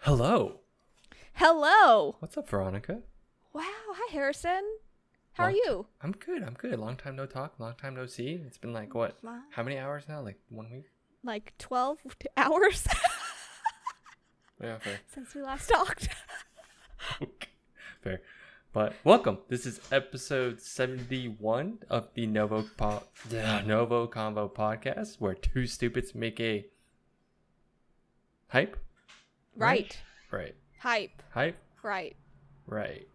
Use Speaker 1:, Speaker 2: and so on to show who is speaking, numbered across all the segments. Speaker 1: Hello.
Speaker 2: Hello.
Speaker 1: What's up, Veronica?
Speaker 2: Wow. Hi, Harrison. How are
Speaker 1: Long-
Speaker 2: you?
Speaker 1: I'm good. I'm good. Long time no talk. Long time no see. It's been like what?
Speaker 2: Long-
Speaker 1: How many hours now? Like one week?
Speaker 2: Like 12 hours
Speaker 1: Yeah, fair.
Speaker 2: since we last talked.
Speaker 1: fair. But welcome. This is episode 71 of the Novo po- the Novo Combo podcast, where two stupids make a hype.
Speaker 2: Right.
Speaker 1: Right.
Speaker 2: Hype.
Speaker 1: Hype.
Speaker 2: Right.
Speaker 1: Right.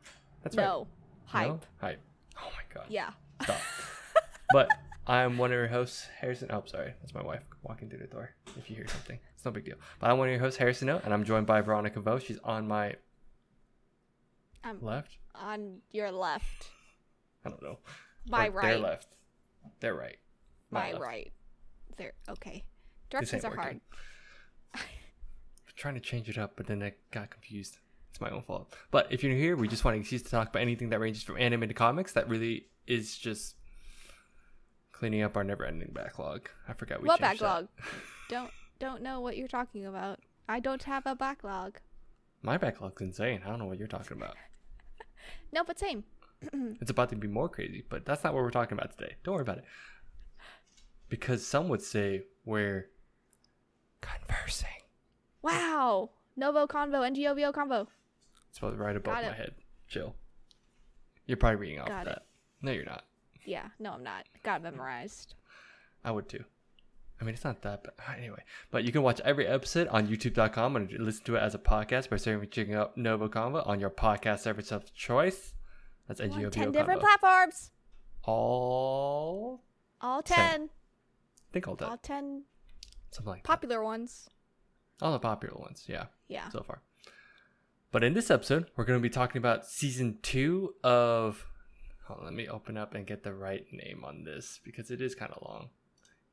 Speaker 1: That's right.
Speaker 2: No. Hype.
Speaker 1: No? Hype. Oh my god.
Speaker 2: Yeah.
Speaker 1: Stop. but I'm one of your hosts, Harrison. Oh, sorry, that's my wife walking through the door. If you hear something, it's no big deal. But I'm one of your hosts, Harrison O, and I'm joined by Veronica Vo. She's on my
Speaker 2: I'm
Speaker 1: left.
Speaker 2: on your left.
Speaker 1: I don't know.
Speaker 2: My
Speaker 1: Or Their
Speaker 2: right.
Speaker 1: left. Their right.
Speaker 2: My
Speaker 1: left.
Speaker 2: right. There. Okay. Directions are
Speaker 1: ain't
Speaker 2: hard.
Speaker 1: working. I'm trying to change it up, but then I got confused. It's my own fault. But if you're new here, we just want to excuse to talk about anything that ranges from anime to comics. That really is just cleaning up our never-ending backlog. I forgot we
Speaker 2: what
Speaker 1: changed that.
Speaker 2: backlog? don't don't know what you're talking about. I don't have a backlog.
Speaker 1: My backlog's insane. I don't know what you're talking about.
Speaker 2: No, but same.
Speaker 1: It's about to be more crazy, but that's not what we're talking about today. Don't worry about it. Because some would say we're conversing.
Speaker 2: Wow. Novo Convo, NGOVO Convo.
Speaker 1: It's about right above
Speaker 2: Got it.
Speaker 1: my head. Chill. You're probably reading off of
Speaker 2: Got it.
Speaker 1: that. No, you're not.
Speaker 2: Yeah, no, I'm not. Got memorized.
Speaker 1: I would too. I mean, it's not that bad. Anyway, but you can watch every episode on youtube.com and listen to it as a podcast by searching up Novo Convo on your podcast service of choice. That's
Speaker 2: We're on
Speaker 1: NGO
Speaker 2: 10
Speaker 1: Convo.
Speaker 2: different platforms.
Speaker 1: all,
Speaker 2: All
Speaker 1: Ten. I
Speaker 2: 10.
Speaker 1: think all that.
Speaker 2: All 10
Speaker 1: Something like that.
Speaker 2: popular ones.
Speaker 1: All the popular ones, yeah.
Speaker 2: Yeah.
Speaker 1: so far. But in this episode, we're going to be talking about season two of. Hold on, let me open up and get the right name on this because it is kind of long.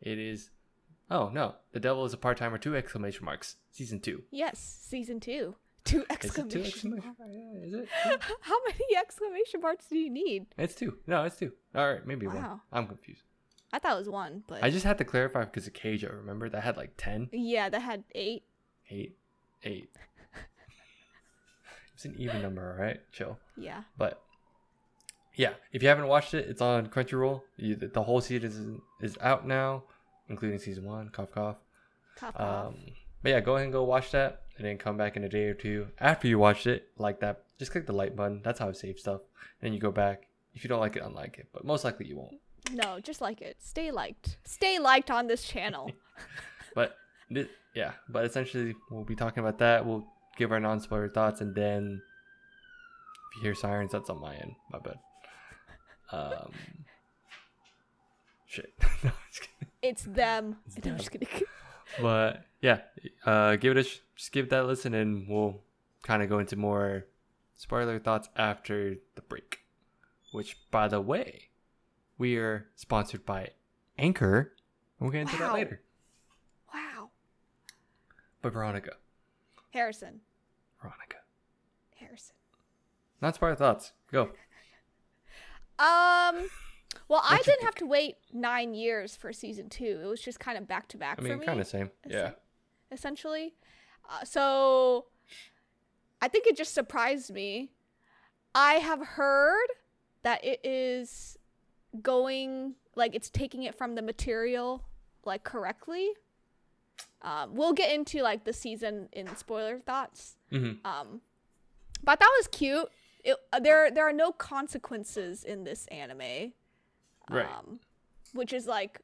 Speaker 1: It is. Oh no, the devil is a part timer. Two exclamation marks. Season two.
Speaker 2: Yes, season two. Two
Speaker 1: Is it two exclamation
Speaker 2: exclamation marks.
Speaker 1: marks? Yeah, is it?
Speaker 2: How many exclamation marks do you need?
Speaker 1: It's two. No, it's two. All right, maybe one.
Speaker 2: Wow.
Speaker 1: I'm confused.
Speaker 2: I thought it was one, but
Speaker 1: I just had to clarify because of Keijo. Remember that had like ten,
Speaker 2: yeah, that had eight.
Speaker 1: eight, eight. it's an even number, all right? Chill.
Speaker 2: Yeah.
Speaker 1: But yeah, if you haven't watched it, it's on Crunchyroll. You, the whole season is, is out now, including season one. Cough, cough.
Speaker 2: Top off.
Speaker 1: Um, but yeah, go ahead and go watch that, and then come back in a day or two after you watched it. Like that, just click the like button. That's how I save stuff. And then you go back. If you don't like it, unlike it. But most likely you won't.
Speaker 2: No, just like it. Stay liked. Stay liked on this channel.
Speaker 1: But thi- yeah, but essentially we'll be talking about that. We'll give our non-spoiler thoughts, and then if you hear sirens, that's on my end. My bad. Um, shit. No, I'm just kidding.
Speaker 2: It's them. No, I'm just kidding.
Speaker 1: but yeah, uh, give it a sh- just give that a listen, and we'll kind of go into more spoiler thoughts after the break. Which, by the way, we are sponsored by Anchor. We'll get into that
Speaker 2: Wow.
Speaker 1: later.
Speaker 2: Wow.
Speaker 1: But Veronica,
Speaker 2: Harrison.
Speaker 1: Veronica,
Speaker 2: Harrison.
Speaker 1: not spoiler thoughts. Go.
Speaker 2: Um. Well, I
Speaker 1: What'd you
Speaker 2: didn't have to wait nine years for season two. It was just kind of back to back
Speaker 1: I
Speaker 2: for
Speaker 1: mean,
Speaker 2: me.
Speaker 1: kind of same.
Speaker 2: It's
Speaker 1: Yeah.
Speaker 2: like- essentially. Uh, so I think it just surprised me. I have heard that it is going like it's taking it from the material like correctly. Um, we'll get into like the season in spoiler thoughts.
Speaker 1: hmm
Speaker 2: Um, but that was cute. It, uh, there there are no consequences in this anime.
Speaker 1: Right.
Speaker 2: Um, which is like,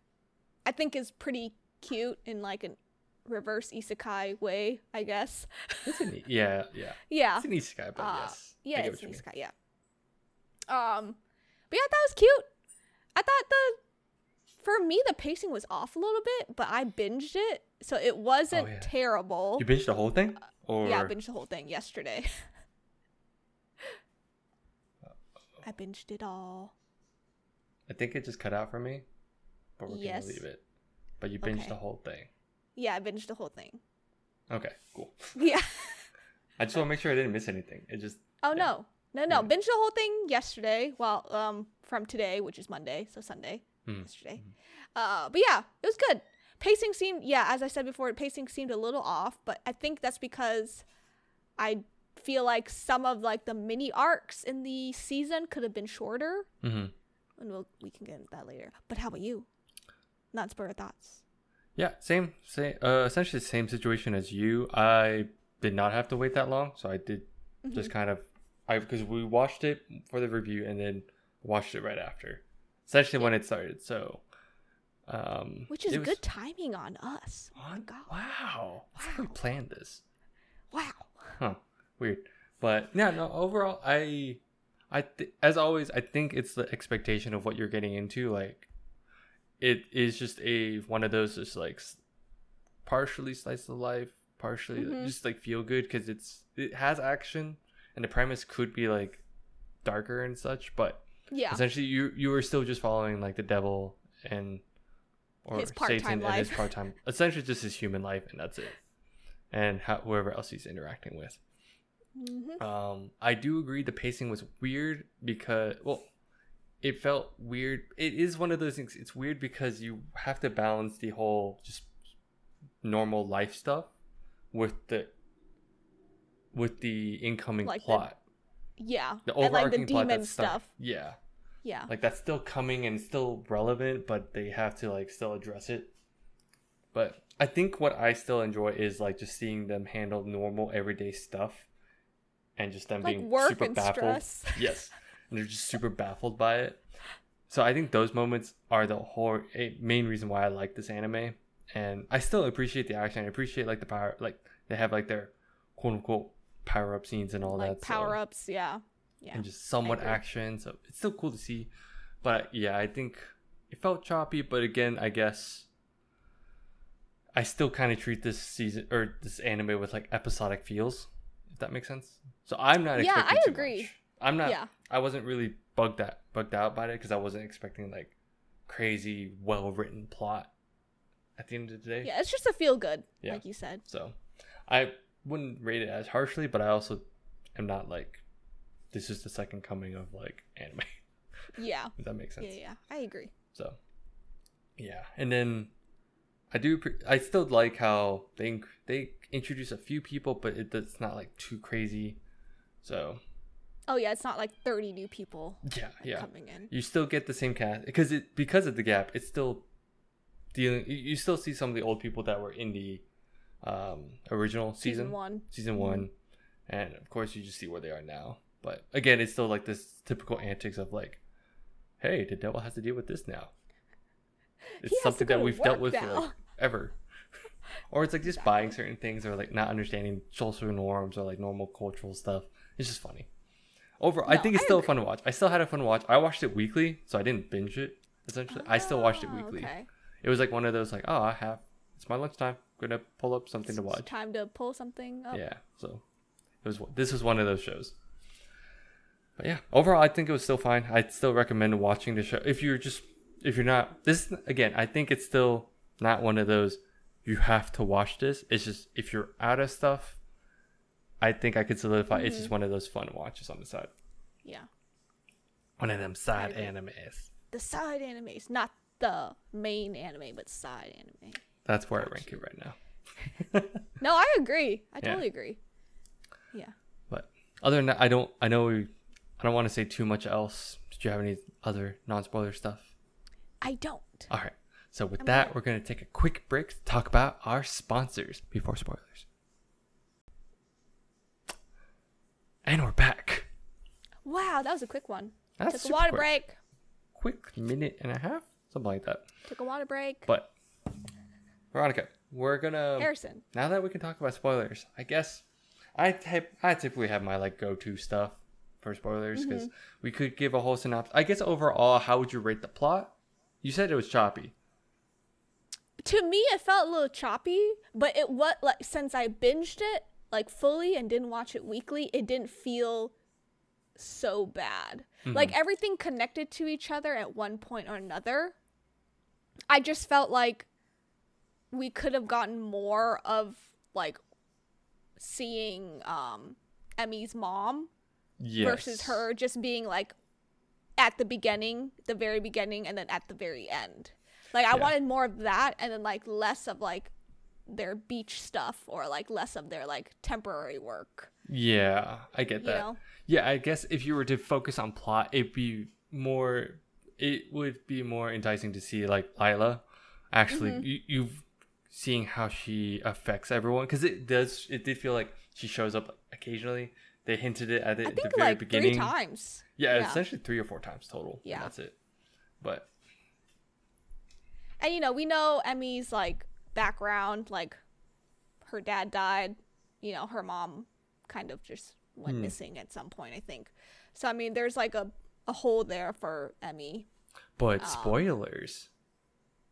Speaker 2: I think is pretty cute in like a reverse isekai way, I guess.
Speaker 1: It's an, yeah, yeah.
Speaker 2: Yeah.
Speaker 1: It's an isekai, but
Speaker 2: Uh,
Speaker 1: yes. I
Speaker 2: Yeah,
Speaker 1: get
Speaker 2: it's
Speaker 1: what you
Speaker 2: an
Speaker 1: mean.
Speaker 2: isekai. Yeah. Um, but yeah, that was cute. I thought the, for me, the pacing was off a little bit, but I binged it, so it wasn't
Speaker 1: Oh, yeah.
Speaker 2: terrible.
Speaker 1: You binged the whole thing? Or
Speaker 2: Yeah, I binged the whole thing yesterday.
Speaker 1: Uh,
Speaker 2: I binged it all.
Speaker 1: I think it just cut out for me, but we're
Speaker 2: Yes.
Speaker 1: going to leave it. But you binged
Speaker 2: Okay.
Speaker 1: the whole thing.
Speaker 2: Yeah, I binged the whole thing.
Speaker 1: Okay, cool.
Speaker 2: Yeah.
Speaker 1: I just want to make sure I didn't miss anything. It just,
Speaker 2: Oh
Speaker 1: Yeah.
Speaker 2: no. No, no.
Speaker 1: Yeah.
Speaker 2: Binge the whole thing yesterday. Well, um, from today, which is Monday, so Sunday.
Speaker 1: Mhm.
Speaker 2: Yesterday. Uh, but yeah, it was good. Pacing seemed, yeah, as I said before, pacing seemed a little off, but I think that's because I feel like some of like the mini arcs in the season could have been shorter,
Speaker 1: hmm
Speaker 2: and we'll, we can get into that later. But how about you? Not spur of thoughts.
Speaker 1: Yeah, same, same. Uh, essentially, the same situation as you. I did not have to wait that long, so I did
Speaker 2: Mm-hmm.
Speaker 1: just kind of, I because we watched it for the review and then watched it right after, essentially when it started. So, um,
Speaker 2: Which is
Speaker 1: it was-
Speaker 2: good timing on us. Oh my
Speaker 1: What?
Speaker 2: God.
Speaker 1: Wow, I think we
Speaker 2: Wow.
Speaker 1: planned this.
Speaker 2: Wow.
Speaker 1: Huh, weird. But yeah, no. Overall, I, I th- as always, I think it's the expectation of what you're getting into. Like, it is just a one of those just like s- partially slice of life, partially
Speaker 2: Mhm.
Speaker 1: just like feel good because it's it has action and the premise could be like darker and such, but
Speaker 2: Yeah.
Speaker 1: essentially you you were still just following like the devil and or
Speaker 2: His
Speaker 1: Satan
Speaker 2: part-time
Speaker 1: and his
Speaker 2: life.
Speaker 1: part time essentially just his human life and that's it. And how, whoever else he's interacting with.
Speaker 2: hmm
Speaker 1: Um, I do agree the pacing was weird because well, it felt weird. It is one of those things. It's weird because you have to balance the whole just normal life stuff with the with the incoming
Speaker 2: Like the
Speaker 1: plot,
Speaker 2: Yeah.
Speaker 1: the
Speaker 2: and like
Speaker 1: overarching
Speaker 2: the
Speaker 1: plot
Speaker 2: demon
Speaker 1: that's stuck-
Speaker 2: stuff.
Speaker 1: Yeah,
Speaker 2: Yeah.
Speaker 1: like that's still coming and still relevant, but they have to like still address it. But I think what I still enjoy is like just seeing them handle normal everyday stuff, and just them
Speaker 2: Like
Speaker 1: being
Speaker 2: work
Speaker 1: super
Speaker 2: and
Speaker 1: baffled.
Speaker 2: stress.
Speaker 1: Yes, and they're just super baffled by it. So I think those moments are the whole eh, main reason why I like this anime, and I still appreciate the action. I appreciate like the power, like they have like their quote unquote power up scenes and all that.
Speaker 2: like
Speaker 1: so-
Speaker 2: power ups. Yeah. Yeah.
Speaker 1: and just somewhat
Speaker 2: agree.
Speaker 1: action. So it's still cool to see. But yeah, I think it felt choppy, but again, I guess I still kind of treat this season or this anime with like episodic feels, if that makes sense. So I'm not
Speaker 2: Yeah,
Speaker 1: expecting
Speaker 2: I
Speaker 1: too
Speaker 2: agree.
Speaker 1: much. I'm not
Speaker 2: Yeah.
Speaker 1: I wasn't really bugged out bugged out by it because I wasn't expecting like crazy well written plot at the end of the day.
Speaker 2: Yeah. It's just a feel good,
Speaker 1: Yeah.
Speaker 2: like you said.
Speaker 1: So I wouldn't rate it as harshly, but I also am not like this is the second coming of like anime.
Speaker 2: Yeah.
Speaker 1: If that makes sense.
Speaker 2: Yeah. Yeah. I agree.
Speaker 1: So yeah, and then I do. Pre- I still like how they inc- they introduce a few people, but it, it's not like too crazy. So
Speaker 2: Oh yeah. It's not like thirty new people
Speaker 1: yeah, yeah.
Speaker 2: coming in.
Speaker 1: you still get the same cast because it because of the gap it's still dealing you, you still see some of the old people that were in the um original season
Speaker 2: Season one.
Speaker 1: season
Speaker 2: Mhm.
Speaker 1: one and of course you just see where they are now but again it's still like this typical antics of like hey the devil has to deal with this now it's
Speaker 2: He has to
Speaker 1: something
Speaker 2: go
Speaker 1: that
Speaker 2: to
Speaker 1: we've dealt
Speaker 2: work
Speaker 1: with for, like,
Speaker 2: now.
Speaker 1: ever or it's like just buying certain things or like not understanding social norms or like normal cultural stuff it's just funny overall i
Speaker 2: No,
Speaker 1: think it's
Speaker 2: I
Speaker 1: still fun to watch i still had a fun watch i watched it weekly so i didn't binge it essentially i still watched it
Speaker 2: Ah,
Speaker 1: weekly
Speaker 2: Okay.
Speaker 1: it was like one of those like oh i have it's my lunchtime gonna pull up something to
Speaker 2: It's
Speaker 1: watch
Speaker 2: time to pull something up.
Speaker 1: yeah, so it was this was one of those shows. But yeah, overall, I think it was still fine. I'd still recommend watching the show if you're just if you're not this again. I think it's still not one of those you have to watch this. It's just if you're out of stuff, I think I could solidify. It's just one of those fun watches on the side,
Speaker 2: Yeah.
Speaker 1: one of them side
Speaker 2: agree.
Speaker 1: animes.
Speaker 2: The side animes, not the main anime, but side anime.
Speaker 1: That's where I rank it right now.
Speaker 2: No, I agree. I
Speaker 1: Yeah.
Speaker 2: totally agree. Yeah.
Speaker 1: But other than that, I don't. I know we. I don't want to say too much else. Did you have any other non-spoiler stuff?
Speaker 2: I don't.
Speaker 1: All right. So with
Speaker 2: I'm
Speaker 1: that,
Speaker 2: good.
Speaker 1: we're going to take a quick break to talk about our sponsors before spoilers. And we're back.
Speaker 2: Wow, that was a quick one.
Speaker 1: That's
Speaker 2: Took a
Speaker 1: super
Speaker 2: water
Speaker 1: quick.
Speaker 2: break.
Speaker 1: Quick minute and a half, something like that.
Speaker 2: Took a water break.
Speaker 1: But Veronica, we're going to
Speaker 2: Harrison.
Speaker 1: now that we can talk about spoilers, I guess I typ- I typically have my like go-to stuff for spoilers because
Speaker 2: Mm-hmm.
Speaker 1: we could give a whole synopsis. I guess overall, how would you rate the plot? You said it was choppy.
Speaker 2: To me, it felt a little choppy, but it what like since I binged it like fully and didn't watch it weekly, it didn't feel so bad. Like everything connected to each other at one point or another. I just felt like we could have gotten more of like seeing um Emmy's mom
Speaker 1: Yes.
Speaker 2: versus her just being like at the beginning, the very beginning, and then at the very end. Like I
Speaker 1: Yeah.
Speaker 2: wanted more of that, and then like less of like their beach stuff or like less of their like temporary work.
Speaker 1: Yeah, I get
Speaker 2: You
Speaker 1: that.
Speaker 2: know?
Speaker 1: Yeah, I guess if you were to focus on plot, it'd be more. It would be more enticing to see like Lila, actually.
Speaker 2: Mhm.
Speaker 1: You, you've seeing how she affects everyone because it does. It did feel like she shows up occasionally. They hinted it at it
Speaker 2: I
Speaker 1: at the
Speaker 2: think
Speaker 1: very
Speaker 2: like
Speaker 1: beginning.
Speaker 2: three times.
Speaker 1: Yeah,
Speaker 2: Yeah.
Speaker 1: essentially three or four times total.
Speaker 2: Yeah.
Speaker 1: Yeah, that's it. But
Speaker 2: And you know, we know Emmy's like background, like her dad died, you know, her mom kind of just went
Speaker 1: Hmm.
Speaker 2: missing at some point, I think. So I mean, there's like a a hole there for Emmy,
Speaker 1: but
Speaker 2: Um,
Speaker 1: spoilers,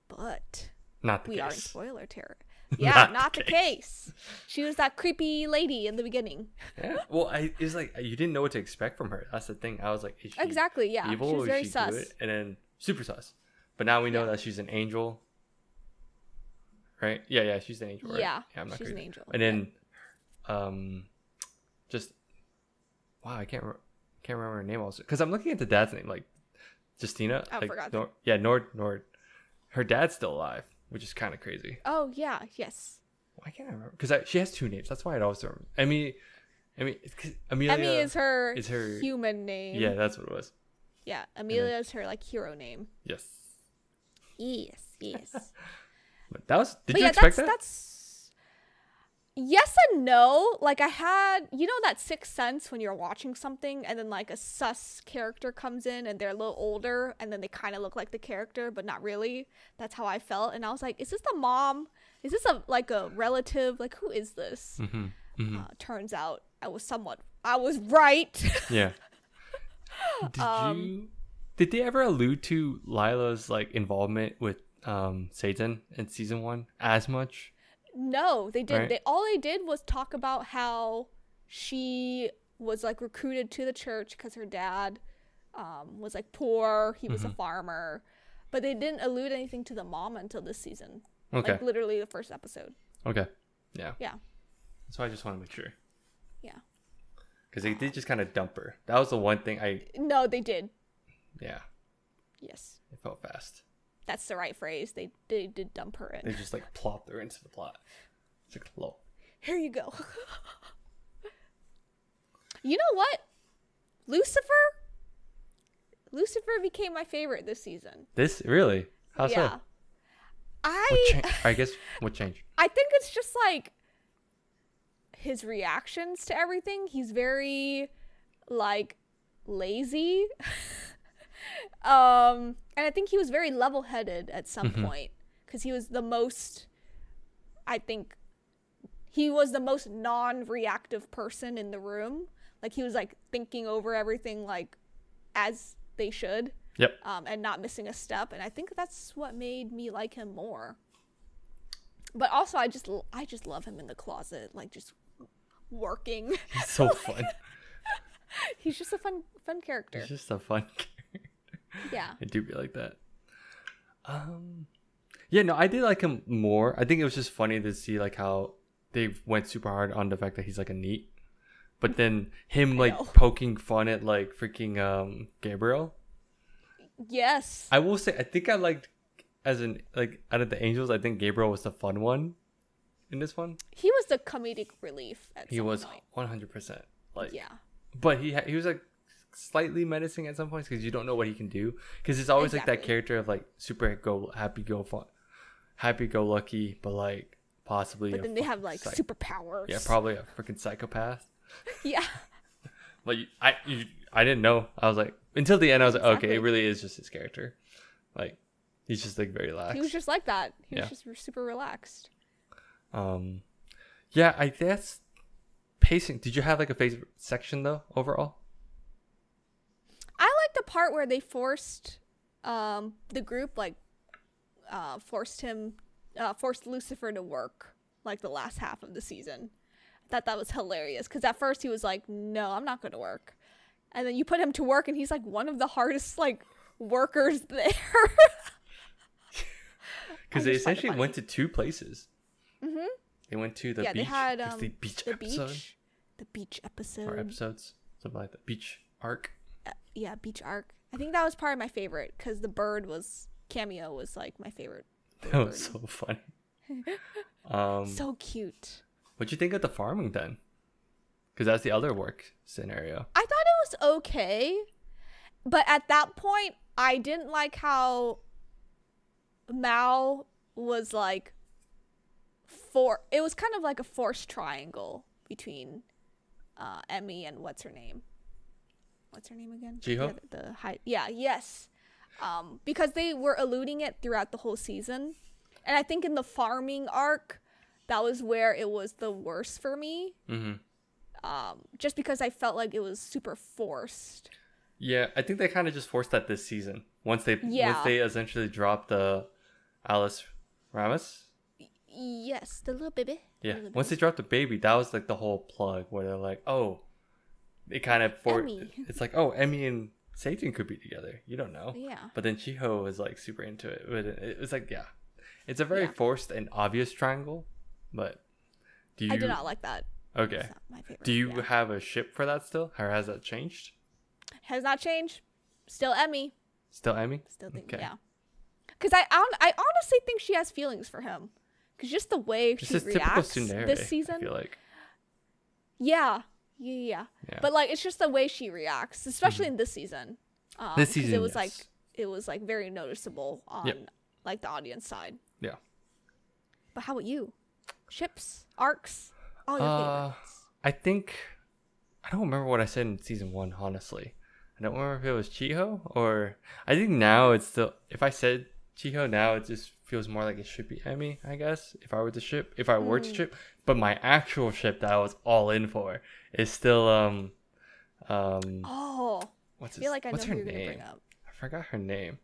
Speaker 2: but
Speaker 1: not the
Speaker 2: we are in
Speaker 1: case.
Speaker 2: spoiler terror. Yeah,
Speaker 1: the
Speaker 2: not, the case. She was that creepy lady in the beginning.
Speaker 1: yeah. Well, I it's like you didn't know what to expect from her. That's the thing. I was like, is she
Speaker 2: Exactly, yeah.
Speaker 1: evil
Speaker 2: she
Speaker 1: or
Speaker 2: was very
Speaker 1: she
Speaker 2: sus.
Speaker 1: good? And then super sus. But now we know
Speaker 2: Yeah.
Speaker 1: that she's an angel, right? Yeah, yeah, she's an angel. Right?
Speaker 2: Yeah,
Speaker 1: yeah, I'm not
Speaker 2: she's
Speaker 1: crazy.
Speaker 2: an angel.
Speaker 1: And then, um, just wow, I can't re- can't remember her name also because I'm looking at the dad's name like Justina.
Speaker 2: I
Speaker 1: like,
Speaker 2: Oh, forgot.
Speaker 1: Nor- yeah, Nord Nord. Her dad's still alive, which is kind of crazy.
Speaker 2: Oh yeah, yes.
Speaker 1: Why can't I remember? Because she has two names. That's why I always remember. Emmy, Emmy, it's 'cause Amelia.
Speaker 2: Emmy is her,
Speaker 1: is her-
Speaker 2: human name.
Speaker 1: Yeah, that's what it was.
Speaker 2: Yeah. Amelia is her like hero name.
Speaker 1: Yes.
Speaker 2: Yes, yes.
Speaker 1: But that was. Did
Speaker 2: but
Speaker 1: you
Speaker 2: yeah,
Speaker 1: expect that?
Speaker 2: that's that's yes and no. Like I had, you know, that sixth sense when you're watching something and then like a sus character comes in and they're a little older and then they kind of look like the character but not really. That's how I felt, and I was like, is this the mom? Is this a like a relative? Like who is this?
Speaker 1: Mm-hmm. Mm-hmm.
Speaker 2: Uh, turns out I was somewhat. I was right.
Speaker 1: Yeah. Did
Speaker 2: Um,
Speaker 1: you? Did they ever allude to Lila's like involvement with um Satan in season one as much?
Speaker 2: No, they didn't.
Speaker 1: Right?
Speaker 2: They all they did was talk about how she was like recruited to the church because her dad um, was like poor. He
Speaker 1: Mm-hmm.
Speaker 2: was a farmer, but they didn't allude anything to the mom until this season.
Speaker 1: Okay.
Speaker 2: Like literally the first episode.
Speaker 1: okay. Yeah.
Speaker 2: Yeah,
Speaker 1: That's why I just want to make sure
Speaker 2: yeah.
Speaker 1: because they did just kind of dump her. That was the one thing I.
Speaker 2: No, they did.
Speaker 1: Yeah.
Speaker 2: Yes,
Speaker 1: It felt fast.
Speaker 2: that's the right phrase. They they did dump her
Speaker 1: They
Speaker 2: in.
Speaker 1: just like plopped her into the plot. It's like low.
Speaker 2: Here you go. you know what? Lucifer. Lucifer became my favorite this season.
Speaker 1: This really? How
Speaker 2: yeah.
Speaker 1: so?
Speaker 2: I
Speaker 1: What cha- I guess what changed?
Speaker 2: I think it's just like his reactions to everything. He's very like lazy. um and I think he was very level-headed at some point cuz he was the most I think he was the most non-reactive person in the room. Like he was like thinking over everything like as they should
Speaker 1: Yep.
Speaker 2: um, and not missing a step. And I think that's what made me like him more. But also, I just l- I just love him in the closet, like just working.
Speaker 1: It's so fun.
Speaker 2: He's just a fun fun character.
Speaker 1: It's just a fun. character.
Speaker 2: Yeah.
Speaker 1: I do be like that. Um, yeah, no, I did like him more. I think it was just funny to see like how they went super hard on the fact that he's like a neat, but then him like
Speaker 2: know.
Speaker 1: poking fun at like freaking um Gabriel.
Speaker 2: Yes.
Speaker 1: I will say, I think I liked as an like out of the angels, I think Gabriel was the fun one in this one.
Speaker 2: He was the comedic relief at
Speaker 1: He
Speaker 2: some
Speaker 1: was
Speaker 2: point.
Speaker 1: one hundred percent like,
Speaker 2: Yeah.
Speaker 1: but he ha- he was like slightly menacing at some points because you don't know what he can do because it's always like that
Speaker 2: Exactly.
Speaker 1: character of like super go happy go fun happy go lucky but like possibly
Speaker 2: But
Speaker 1: a
Speaker 2: then they
Speaker 1: fucking
Speaker 2: have like
Speaker 1: psych-
Speaker 2: superpowers.
Speaker 1: yeah probably a freaking psychopath
Speaker 2: Yeah.
Speaker 1: like you- I you, I didn't know I was like until the end I was like okay it
Speaker 2: Exactly.
Speaker 1: really is just his character like he's just like very lax
Speaker 2: He was just like that. He
Speaker 1: Yeah.
Speaker 2: was just re- super relaxed.
Speaker 1: um yeah I guess pacing did you have like a favorite section though overall
Speaker 2: I like the part where they forced um, the group like uh, forced him uh, forced Lucifer to work like the last half of the season. I thought that was hilarious because at first he was like, "No, I'm not going to work," and then you put him to work, and he's like one of the hardest like workers there.
Speaker 1: because
Speaker 2: I
Speaker 1: they
Speaker 2: just find it
Speaker 1: essentially went to two places.
Speaker 2: Mhm.
Speaker 1: They went to the
Speaker 2: yeah,
Speaker 1: beach.
Speaker 2: they had
Speaker 1: it's
Speaker 2: um,
Speaker 1: the beach
Speaker 2: the
Speaker 1: episode
Speaker 2: beach, the beach episode. Uh,
Speaker 1: or episodes, something like that. Beach arc.
Speaker 2: yeah, beach arc. I think that was probably my favorite because the bird was cameo was like my favorite.
Speaker 1: That was so funny. Um,
Speaker 2: so cute.
Speaker 1: what do you think of the farming then? Because that's the other work scenario.
Speaker 2: I thought it was okay, but at that point, I didn't like how Mao was like for it was kind of like a forced triangle between uh, Emmy and what's her name? What's her name again? The
Speaker 1: Jiho?
Speaker 2: other- The high, yeah, yes. Um, because they were eluding it throughout the whole season, and I think in the farming arc, that was where it was the worst for me.
Speaker 1: Mm-hmm.
Speaker 2: Um, just because I felt like it was super forced.
Speaker 1: Yeah, I think they kind of just forced that this season. Once they
Speaker 2: Yeah.
Speaker 1: once they essentially dropped the Alice Ramos.
Speaker 2: Yes, the little baby.
Speaker 1: Yeah.
Speaker 2: Little
Speaker 1: Once they dropped the baby, that was like the whole plug where they're like, oh, it kind of for
Speaker 2: Emmy.
Speaker 1: it's like oh Emmy and Satan could be together. You don't know.
Speaker 2: baby. Yeah.
Speaker 1: But then Chiho was like super into it. But it, it was like yeah, it's a very
Speaker 2: Yeah.
Speaker 1: forced and obvious triangle. But do you
Speaker 2: I did not like that.
Speaker 1: okay?
Speaker 2: It's not my favorite.
Speaker 1: Do you
Speaker 2: yeah.
Speaker 1: have a ship for that still, or has that changed?
Speaker 2: has not changed. Still Emmy.
Speaker 1: Still Emmy.
Speaker 2: Still think
Speaker 1: Okay.
Speaker 2: yeah. Because I hon- I honestly think she has feelings for him. Because just the way
Speaker 1: It's
Speaker 2: she
Speaker 1: just typical
Speaker 2: reacts
Speaker 1: Tsunere.
Speaker 2: this
Speaker 1: I
Speaker 2: season.
Speaker 1: feel like.
Speaker 2: Yeah. Yeah, yeah.
Speaker 1: Yeah. Mm-hmm.
Speaker 2: But like it's just the way she reacts, especially in this season. Um, 'cause
Speaker 1: this season
Speaker 2: it was
Speaker 1: yes.
Speaker 2: like it was like very noticeable on like the audience side.
Speaker 1: Yeah.
Speaker 2: But how about you? Ships, arcs, all your
Speaker 1: Uh,
Speaker 2: favorites.
Speaker 1: I think I don't remember what I said in season one. Honestly, I don't remember if it was Chiho or I think now it's still. If I said Chiho now, it just feels more like it should be Emmy. I guess if I were to ship, if I
Speaker 2: Hmm.
Speaker 1: were to ship, but my actual ship that I was all in for is still um um
Speaker 2: Oh,
Speaker 1: what's
Speaker 2: I feel
Speaker 1: his-
Speaker 2: like I know
Speaker 1: what's
Speaker 2: who
Speaker 1: her
Speaker 2: you're gonna
Speaker 1: name?
Speaker 2: bring up.
Speaker 1: I forgot her name,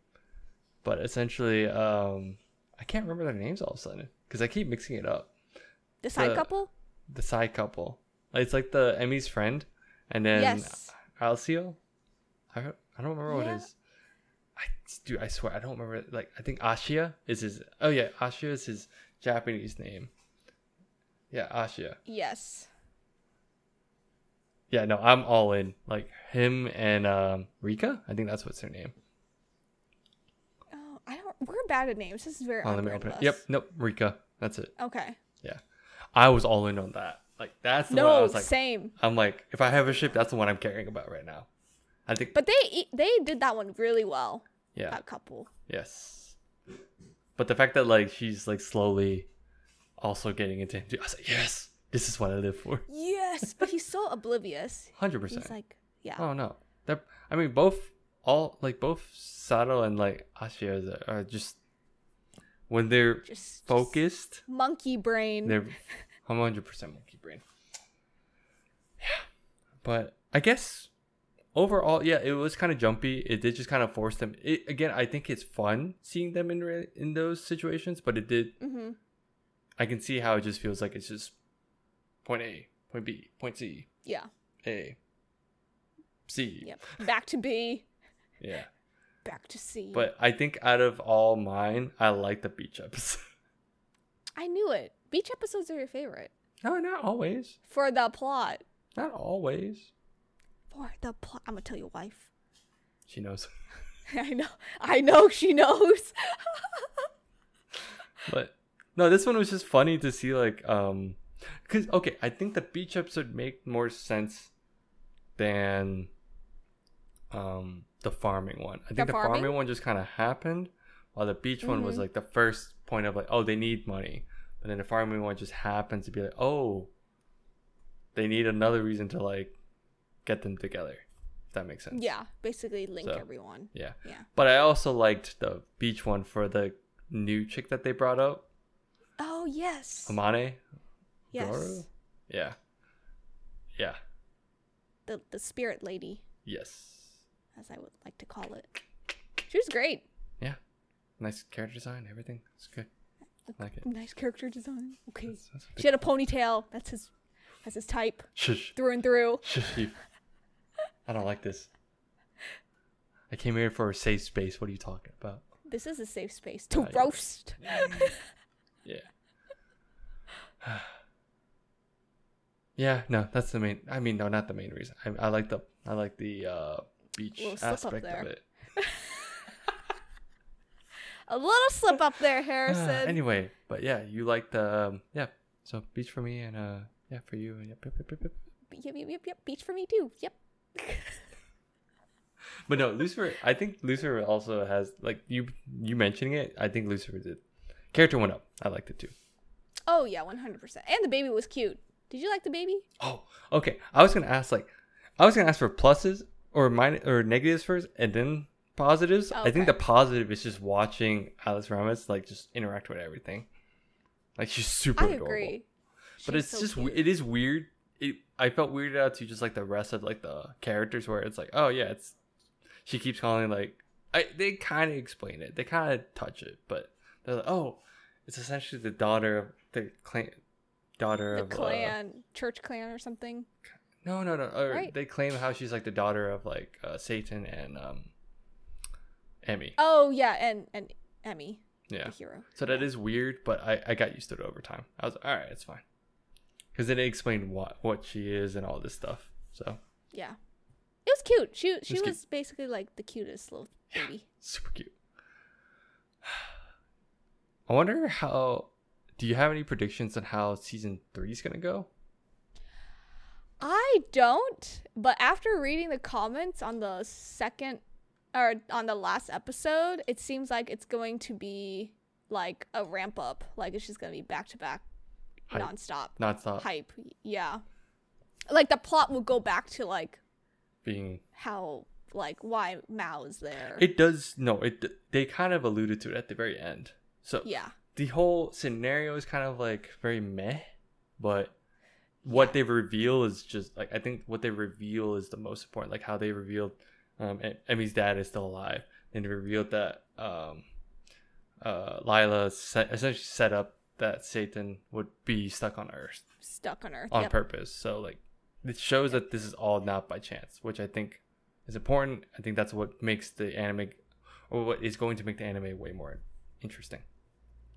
Speaker 1: but essentially um I can't remember their names all of a sudden because I keep mixing it up.
Speaker 2: The side
Speaker 1: The-
Speaker 2: couple?
Speaker 1: the side couple. Like, It's like the Emmy's friend, and then
Speaker 2: yes.
Speaker 1: Alcio. I don't, I don't remember what
Speaker 2: Yeah.
Speaker 1: it is. I dude, I swear I don't remember. Like I think Ashia is his. Oh yeah, Ashia is his Japanese name. Yeah, Ashia.
Speaker 2: Yes.
Speaker 1: Yeah, no, I'm all in. Like him and um, Rika. I think that's what's her name.
Speaker 2: Oh, I don't. We're bad at names. This is very.
Speaker 1: Oh, let me
Speaker 2: awkward
Speaker 1: open
Speaker 2: of
Speaker 1: it. Yep,
Speaker 2: us.
Speaker 1: nope, Rika. That's it.
Speaker 2: Okay.
Speaker 1: I was all in on that. Like that's the one I
Speaker 2: No,
Speaker 1: was like.
Speaker 2: same.
Speaker 1: I'm like, if I have a ship, that's the one I'm caring about right now. I think.
Speaker 2: But they e- they did that one really well.
Speaker 1: yeah.
Speaker 2: That couple.
Speaker 1: Yes. But the fact that like she's like slowly also getting into him too, I was like, yes, this is what I live for.
Speaker 2: Yes, but he's so oblivious.
Speaker 1: Hundred
Speaker 2: He's
Speaker 1: percent.
Speaker 2: like, yeah,
Speaker 1: Oh no. They're I mean both all like both Sato and like Ashia are, are just when they're
Speaker 2: just just
Speaker 1: focused,
Speaker 2: monkey brain.
Speaker 1: they're hundred percent monkey brain. Yeah. But I guess overall, yeah, it was kind of jumpy. It did just kind of force them. It, again, I think it's fun seeing them in re- in those situations, but it did
Speaker 2: hmm
Speaker 1: I can see how it just feels like it's just point A, point B, point C,
Speaker 2: Yeah.
Speaker 1: A, C.
Speaker 2: Yep. Back to B.
Speaker 1: Yeah.
Speaker 2: Back to C.
Speaker 1: But I think out of all mine, I like the beach episode.
Speaker 2: I knew it. Beach episodes are your favorite
Speaker 1: no, not always.
Speaker 2: for the plot.
Speaker 1: Not always.
Speaker 2: For the plot. I'm gonna tell your wife.
Speaker 1: She knows.
Speaker 2: I know. I know she knows.
Speaker 1: But no, this one was just funny to see like um cuz okay, I think the beach episode make more sense than um the farming one. I think the, farming?
Speaker 2: farming?
Speaker 1: one just kind of happened while the beach one was
Speaker 2: Mhm.
Speaker 1: like the first point of like oh, they need money. But then the farming one just happened to be like, "Oh, they need another reason to like get them together." If that makes sense.
Speaker 2: yeah. Basically, link
Speaker 1: So.
Speaker 2: everyone.
Speaker 1: Yeah.
Speaker 2: Yeah.
Speaker 1: But I also liked the beach one for the new chick that they brought up,
Speaker 2: Oh yes.
Speaker 1: Amane.
Speaker 2: yes.
Speaker 1: Garu? Yeah. Yeah.
Speaker 2: the the spirit lady,
Speaker 1: Yes.
Speaker 2: as I would like to call it. She was great.
Speaker 1: Nice character design, everything. It's good. I like it.
Speaker 2: Nice character design. Okay.
Speaker 1: That's- that's a
Speaker 2: She had a ponytail. That's his that's his type
Speaker 1: big- Shush.
Speaker 2: through and through.
Speaker 1: Shush you. I don't like this. I came here for a safe space. What are you talking about?
Speaker 2: This is a safe space to
Speaker 1: Ah, yeah.
Speaker 2: roast.
Speaker 1: Yeah. yeah, no, that's the main I mean no, not the main reason. I, I like the I like the uh beach
Speaker 2: Little slip up
Speaker 1: aspect of
Speaker 2: there.
Speaker 1: it.
Speaker 2: A little slip up there, Harrison.
Speaker 1: Uh, anyway, but yeah, you like the um, yeah. So beach for me and uh yeah for you and yep, yep, yep, yep, yep.
Speaker 2: Yep, yep, yep, yep. Beach for me too. Yep.
Speaker 1: But no, Lucifer. I think Lucifer also has like you you mentioning it. I think Lucifer did. Character went up. I liked it too.
Speaker 2: Oh yeah, one hundred percent. And the baby was cute. Did you like the baby?
Speaker 1: Oh, okay. I was gonna ask like, I was gonna ask for pluses or min or negatives first, and then positives. I
Speaker 2: Okay.
Speaker 1: think the positive is just watching Alice Ramos like just interact with everything. Like she's super
Speaker 2: I
Speaker 1: adorable.
Speaker 2: agree.
Speaker 1: But
Speaker 2: She's
Speaker 1: it's
Speaker 2: so
Speaker 1: just we-
Speaker 2: cute.
Speaker 1: it is weird. It I felt weirded out to just like the rest of like the characters where it's like oh yeah it's she keeps calling like I they kind of explain it they kind of touch it but they're like oh it's essentially the daughter of the clan daughter
Speaker 2: the
Speaker 1: of uh,
Speaker 2: clan, church clan or something.
Speaker 1: no, no, no. Or
Speaker 2: Right.
Speaker 1: They claim how she's like the daughter of like uh, Satan and um, Emmy.
Speaker 2: Oh yeah, and and Emmy,
Speaker 1: yeah.
Speaker 2: the hero.
Speaker 1: So that is weird, but I, I got used to it over time. I was all right. It's fine. Because then it explained what what she is and all this stuff. So
Speaker 2: Yeah, it was cute. She she
Speaker 1: was
Speaker 2: was,
Speaker 1: cute.
Speaker 2: basically like the cutest little baby.
Speaker 1: super cute. I wonder how. Do you have any predictions on how season three is gonna go?
Speaker 2: I don't, but after reading the comments on the second or on the last episode, it seems like it's going to be like a ramp up. Like it's just gonna be back to back,
Speaker 1: Hype.
Speaker 2: nonstop
Speaker 1: Not stop
Speaker 2: hype. Yeah, like the plot will go back to like
Speaker 1: being.
Speaker 2: how like why Mao is there.
Speaker 1: It does no. It they kind of alluded to it at the very end. So
Speaker 2: yeah.
Speaker 1: the whole scenario is kind of like very meh, but what they reveal is just like I think what they reveal is the most important. Like how they revealed um, E- Emmy's dad is still alive, and they revealed that um, uh, Lila set, essentially set up that Satan would be stuck on Earth
Speaker 2: stuck on Earth.
Speaker 1: on
Speaker 2: yep.
Speaker 1: purpose. So like it shows that this is all not by chance, which I think is important. I think that's what makes the anime, or what is going to make the anime way more interesting.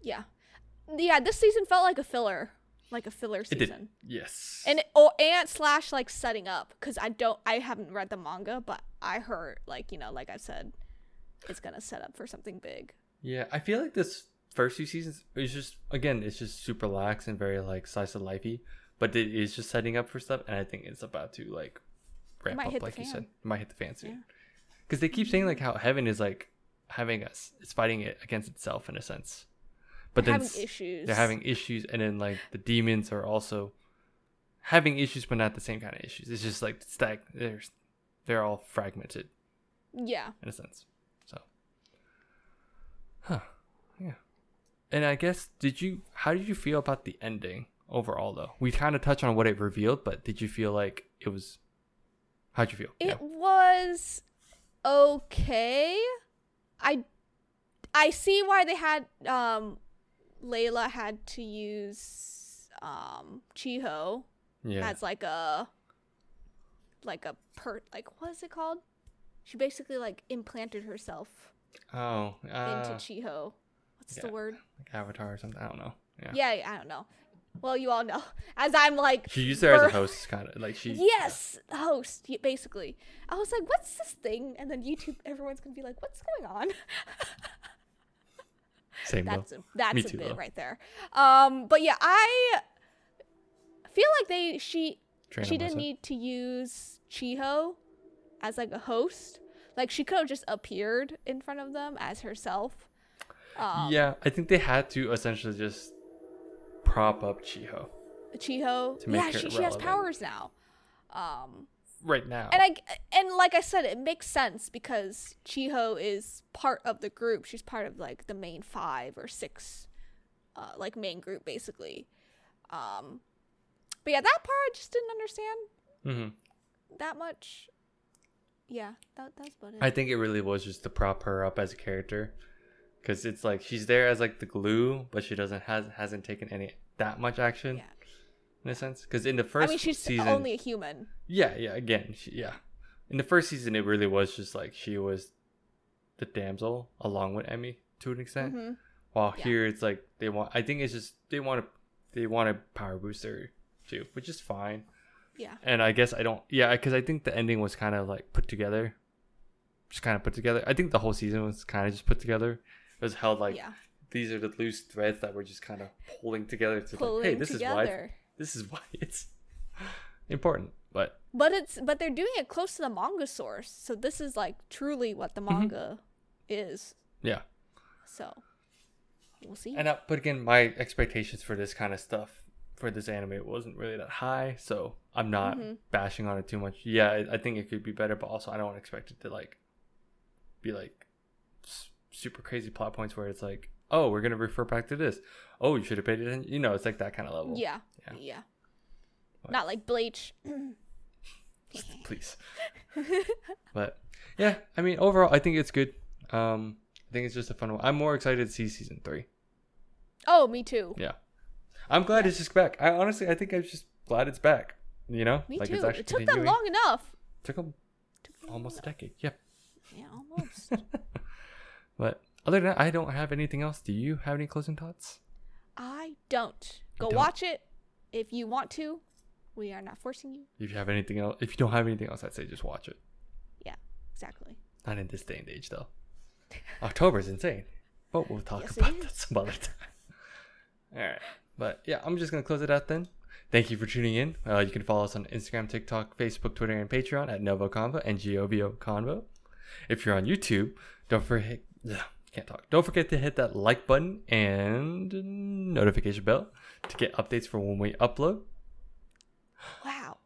Speaker 2: Yeah, yeah. This season felt like a filler, like a filler
Speaker 1: It did.
Speaker 2: season,
Speaker 1: Yes.
Speaker 2: and or and slash like setting up because I don't, I haven't read the manga, but I heard like you know, like I said, it's gonna set up for something big.
Speaker 1: Yeah, I feel like this first few seasons is just again, it's just super lax and very like slice of lifey, but it is just setting up for stuff, and I think it's about to like ramp
Speaker 2: might
Speaker 1: up,
Speaker 2: hit the
Speaker 1: like you
Speaker 2: fan.
Speaker 1: said, it might hit the fan
Speaker 2: Yeah. Mm-hmm.
Speaker 1: soon. Because they keep saying like how heaven is like having us, it's fighting it against itself in a sense, but
Speaker 2: They're
Speaker 1: then
Speaker 2: having
Speaker 1: s-
Speaker 2: issues.
Speaker 1: they're having issues, and then like the demons are also having issues, but not the same kind of issues. It's just like stag, they're they're all fragmented
Speaker 2: yeah,
Speaker 1: in a sense. So, huh, yeah. And I guess did you? How did you feel about the ending overall, though? We kind of touched on what it revealed, but did you feel like it was? How'd you feel?
Speaker 2: it was okay. I I see why they had um Layla had to use um Chiho
Speaker 1: yeah, yeah.
Speaker 2: as like a like a per like what is it called? She basically like implanted herself
Speaker 1: Oh,
Speaker 2: into
Speaker 1: uh,
Speaker 2: Chiho. What's
Speaker 1: yeah.
Speaker 2: the word?
Speaker 1: like Avatar or something. I don't know. Yeah,
Speaker 2: Yeah. I don't know. Well, you all know. As I'm like,
Speaker 1: she used her as a
Speaker 2: Ver-
Speaker 1: host, kind of like she.
Speaker 2: yes, host. y- Basically, I was like, what's this thing? And then YouTube, everyone's gonna be like, what's going on?
Speaker 1: same though.
Speaker 2: That's a, that's
Speaker 1: Me
Speaker 2: a
Speaker 1: too,
Speaker 2: bit
Speaker 1: though.
Speaker 2: right there. Um, but yeah, I feel like they she
Speaker 1: Train
Speaker 2: she
Speaker 1: of
Speaker 2: didn't
Speaker 1: Wisdom.
Speaker 2: need to use Chiho as like a host. Like she could have just appeared in front of them as herself. Um,
Speaker 1: yeah, I think they had to essentially just prop up Chiho
Speaker 2: Chiho.
Speaker 1: To make
Speaker 2: Yeah,
Speaker 1: her
Speaker 2: she, she has
Speaker 1: relevant.
Speaker 2: powers now. Um,
Speaker 1: right now.
Speaker 2: and I and like I said, it makes sense because Chiho is part of the group. She's part of like the main five or six, uh, like main group basically. Um, but yeah, that part I just didn't understand
Speaker 1: hmm
Speaker 2: that much. Yeah, that that's about it.
Speaker 1: I think it really was just to prop her up as a character, because it's like she's there as like the glue, but she doesn't has hasn't taken any that much action
Speaker 2: Yeah.
Speaker 1: in a sense. Because in the
Speaker 2: I
Speaker 1: first
Speaker 2: mean, she's
Speaker 1: season,
Speaker 2: only a human.
Speaker 1: yeah, yeah, again, she, yeah, in the first season, it really was just like she was the damsel along with Emmy to an extent.
Speaker 2: hmm
Speaker 1: While
Speaker 2: Yeah.
Speaker 1: here, it's like they want. I think it's just they want to they want to power boost her too, which is fine.
Speaker 2: Yeah.
Speaker 1: And I guess I don't. Yeah, because I think the ending was kind of like put together, just kind of put together. I think the whole season was kind of just put together, It was held like
Speaker 2: yeah,
Speaker 1: these are the loose threads that we're just kind of pulling together to
Speaker 2: pulling
Speaker 1: like, hey, this
Speaker 2: together.
Speaker 1: is why this is why it's important. But
Speaker 2: But it's but they're doing it close to the manga source, so this is like truly what the manga is.
Speaker 1: Mm-hmm. yeah,
Speaker 2: So we'll see.
Speaker 1: and uh, but again, my expectations for this kind of stuff for this anime wasn't really that high, so I'm not
Speaker 2: Mhm.
Speaker 1: bashing on it too much. Yeah, I, I think it could be better, but also I don't expect it to like be like s- super crazy plot points where it's like, oh, we're gonna refer back to this. Oh, you should have paid attention. You know, it's like that kind of level.
Speaker 2: yeah,
Speaker 1: oh, yeah.
Speaker 2: yeah,
Speaker 1: But-
Speaker 2: Not like Bleach.
Speaker 1: please. but yeah, I mean, overall, I think it's good. Um, I think it's just a fun one. I'm more excited to see season three.
Speaker 2: oh, me too.
Speaker 1: Yeah, I'm glad it's just back. I honestly, I think I'm just glad it's back. You know,
Speaker 2: Me
Speaker 1: like
Speaker 2: too.
Speaker 1: it's actually
Speaker 2: It took them
Speaker 1: continuing.
Speaker 2: long enough.
Speaker 1: Took 'em
Speaker 2: Took them
Speaker 1: almost a decade. Yeah,
Speaker 2: Yeah, almost.
Speaker 1: but other than that, I don't have anything else. Do you have any closing thoughts?
Speaker 2: I don't. Go
Speaker 1: don't?
Speaker 2: watch it if you want to. We are not forcing you.
Speaker 1: If you have anything else, if you don't have anything else, I'd say just watch it.
Speaker 2: Yeah, exactly.
Speaker 1: Not in this day and age, though. October's insane, but we'll talk
Speaker 2: Yes, it
Speaker 1: about
Speaker 2: is.
Speaker 1: that some other time. All right, but yeah, I'm just gonna close it out then. Thank you for tuning in. Uh, you can follow us on Instagram, TikTok, Facebook, Twitter, and Patreon at Novo Convo and Govio Convo. If you're on YouTube, don't forget ugh, can't talk. Don't forget to hit that like button and notification bell to get updates for when we upload.
Speaker 2: Wow.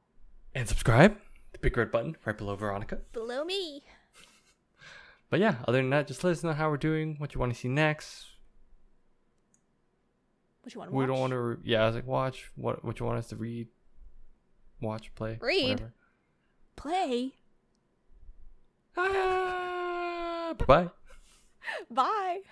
Speaker 1: And subscribe, the big red button right below Veronica.
Speaker 2: Below me.
Speaker 1: But yeah, other than that, just let us know how we're doing, what you want to see next.
Speaker 2: What you want to watch?
Speaker 1: We don't want to. Re- yeah, I was like, watch what what you want us to read, watch, play,
Speaker 2: Read?
Speaker 1: whatever.
Speaker 2: play.
Speaker 1: Ah, bye bye.
Speaker 2: Bye.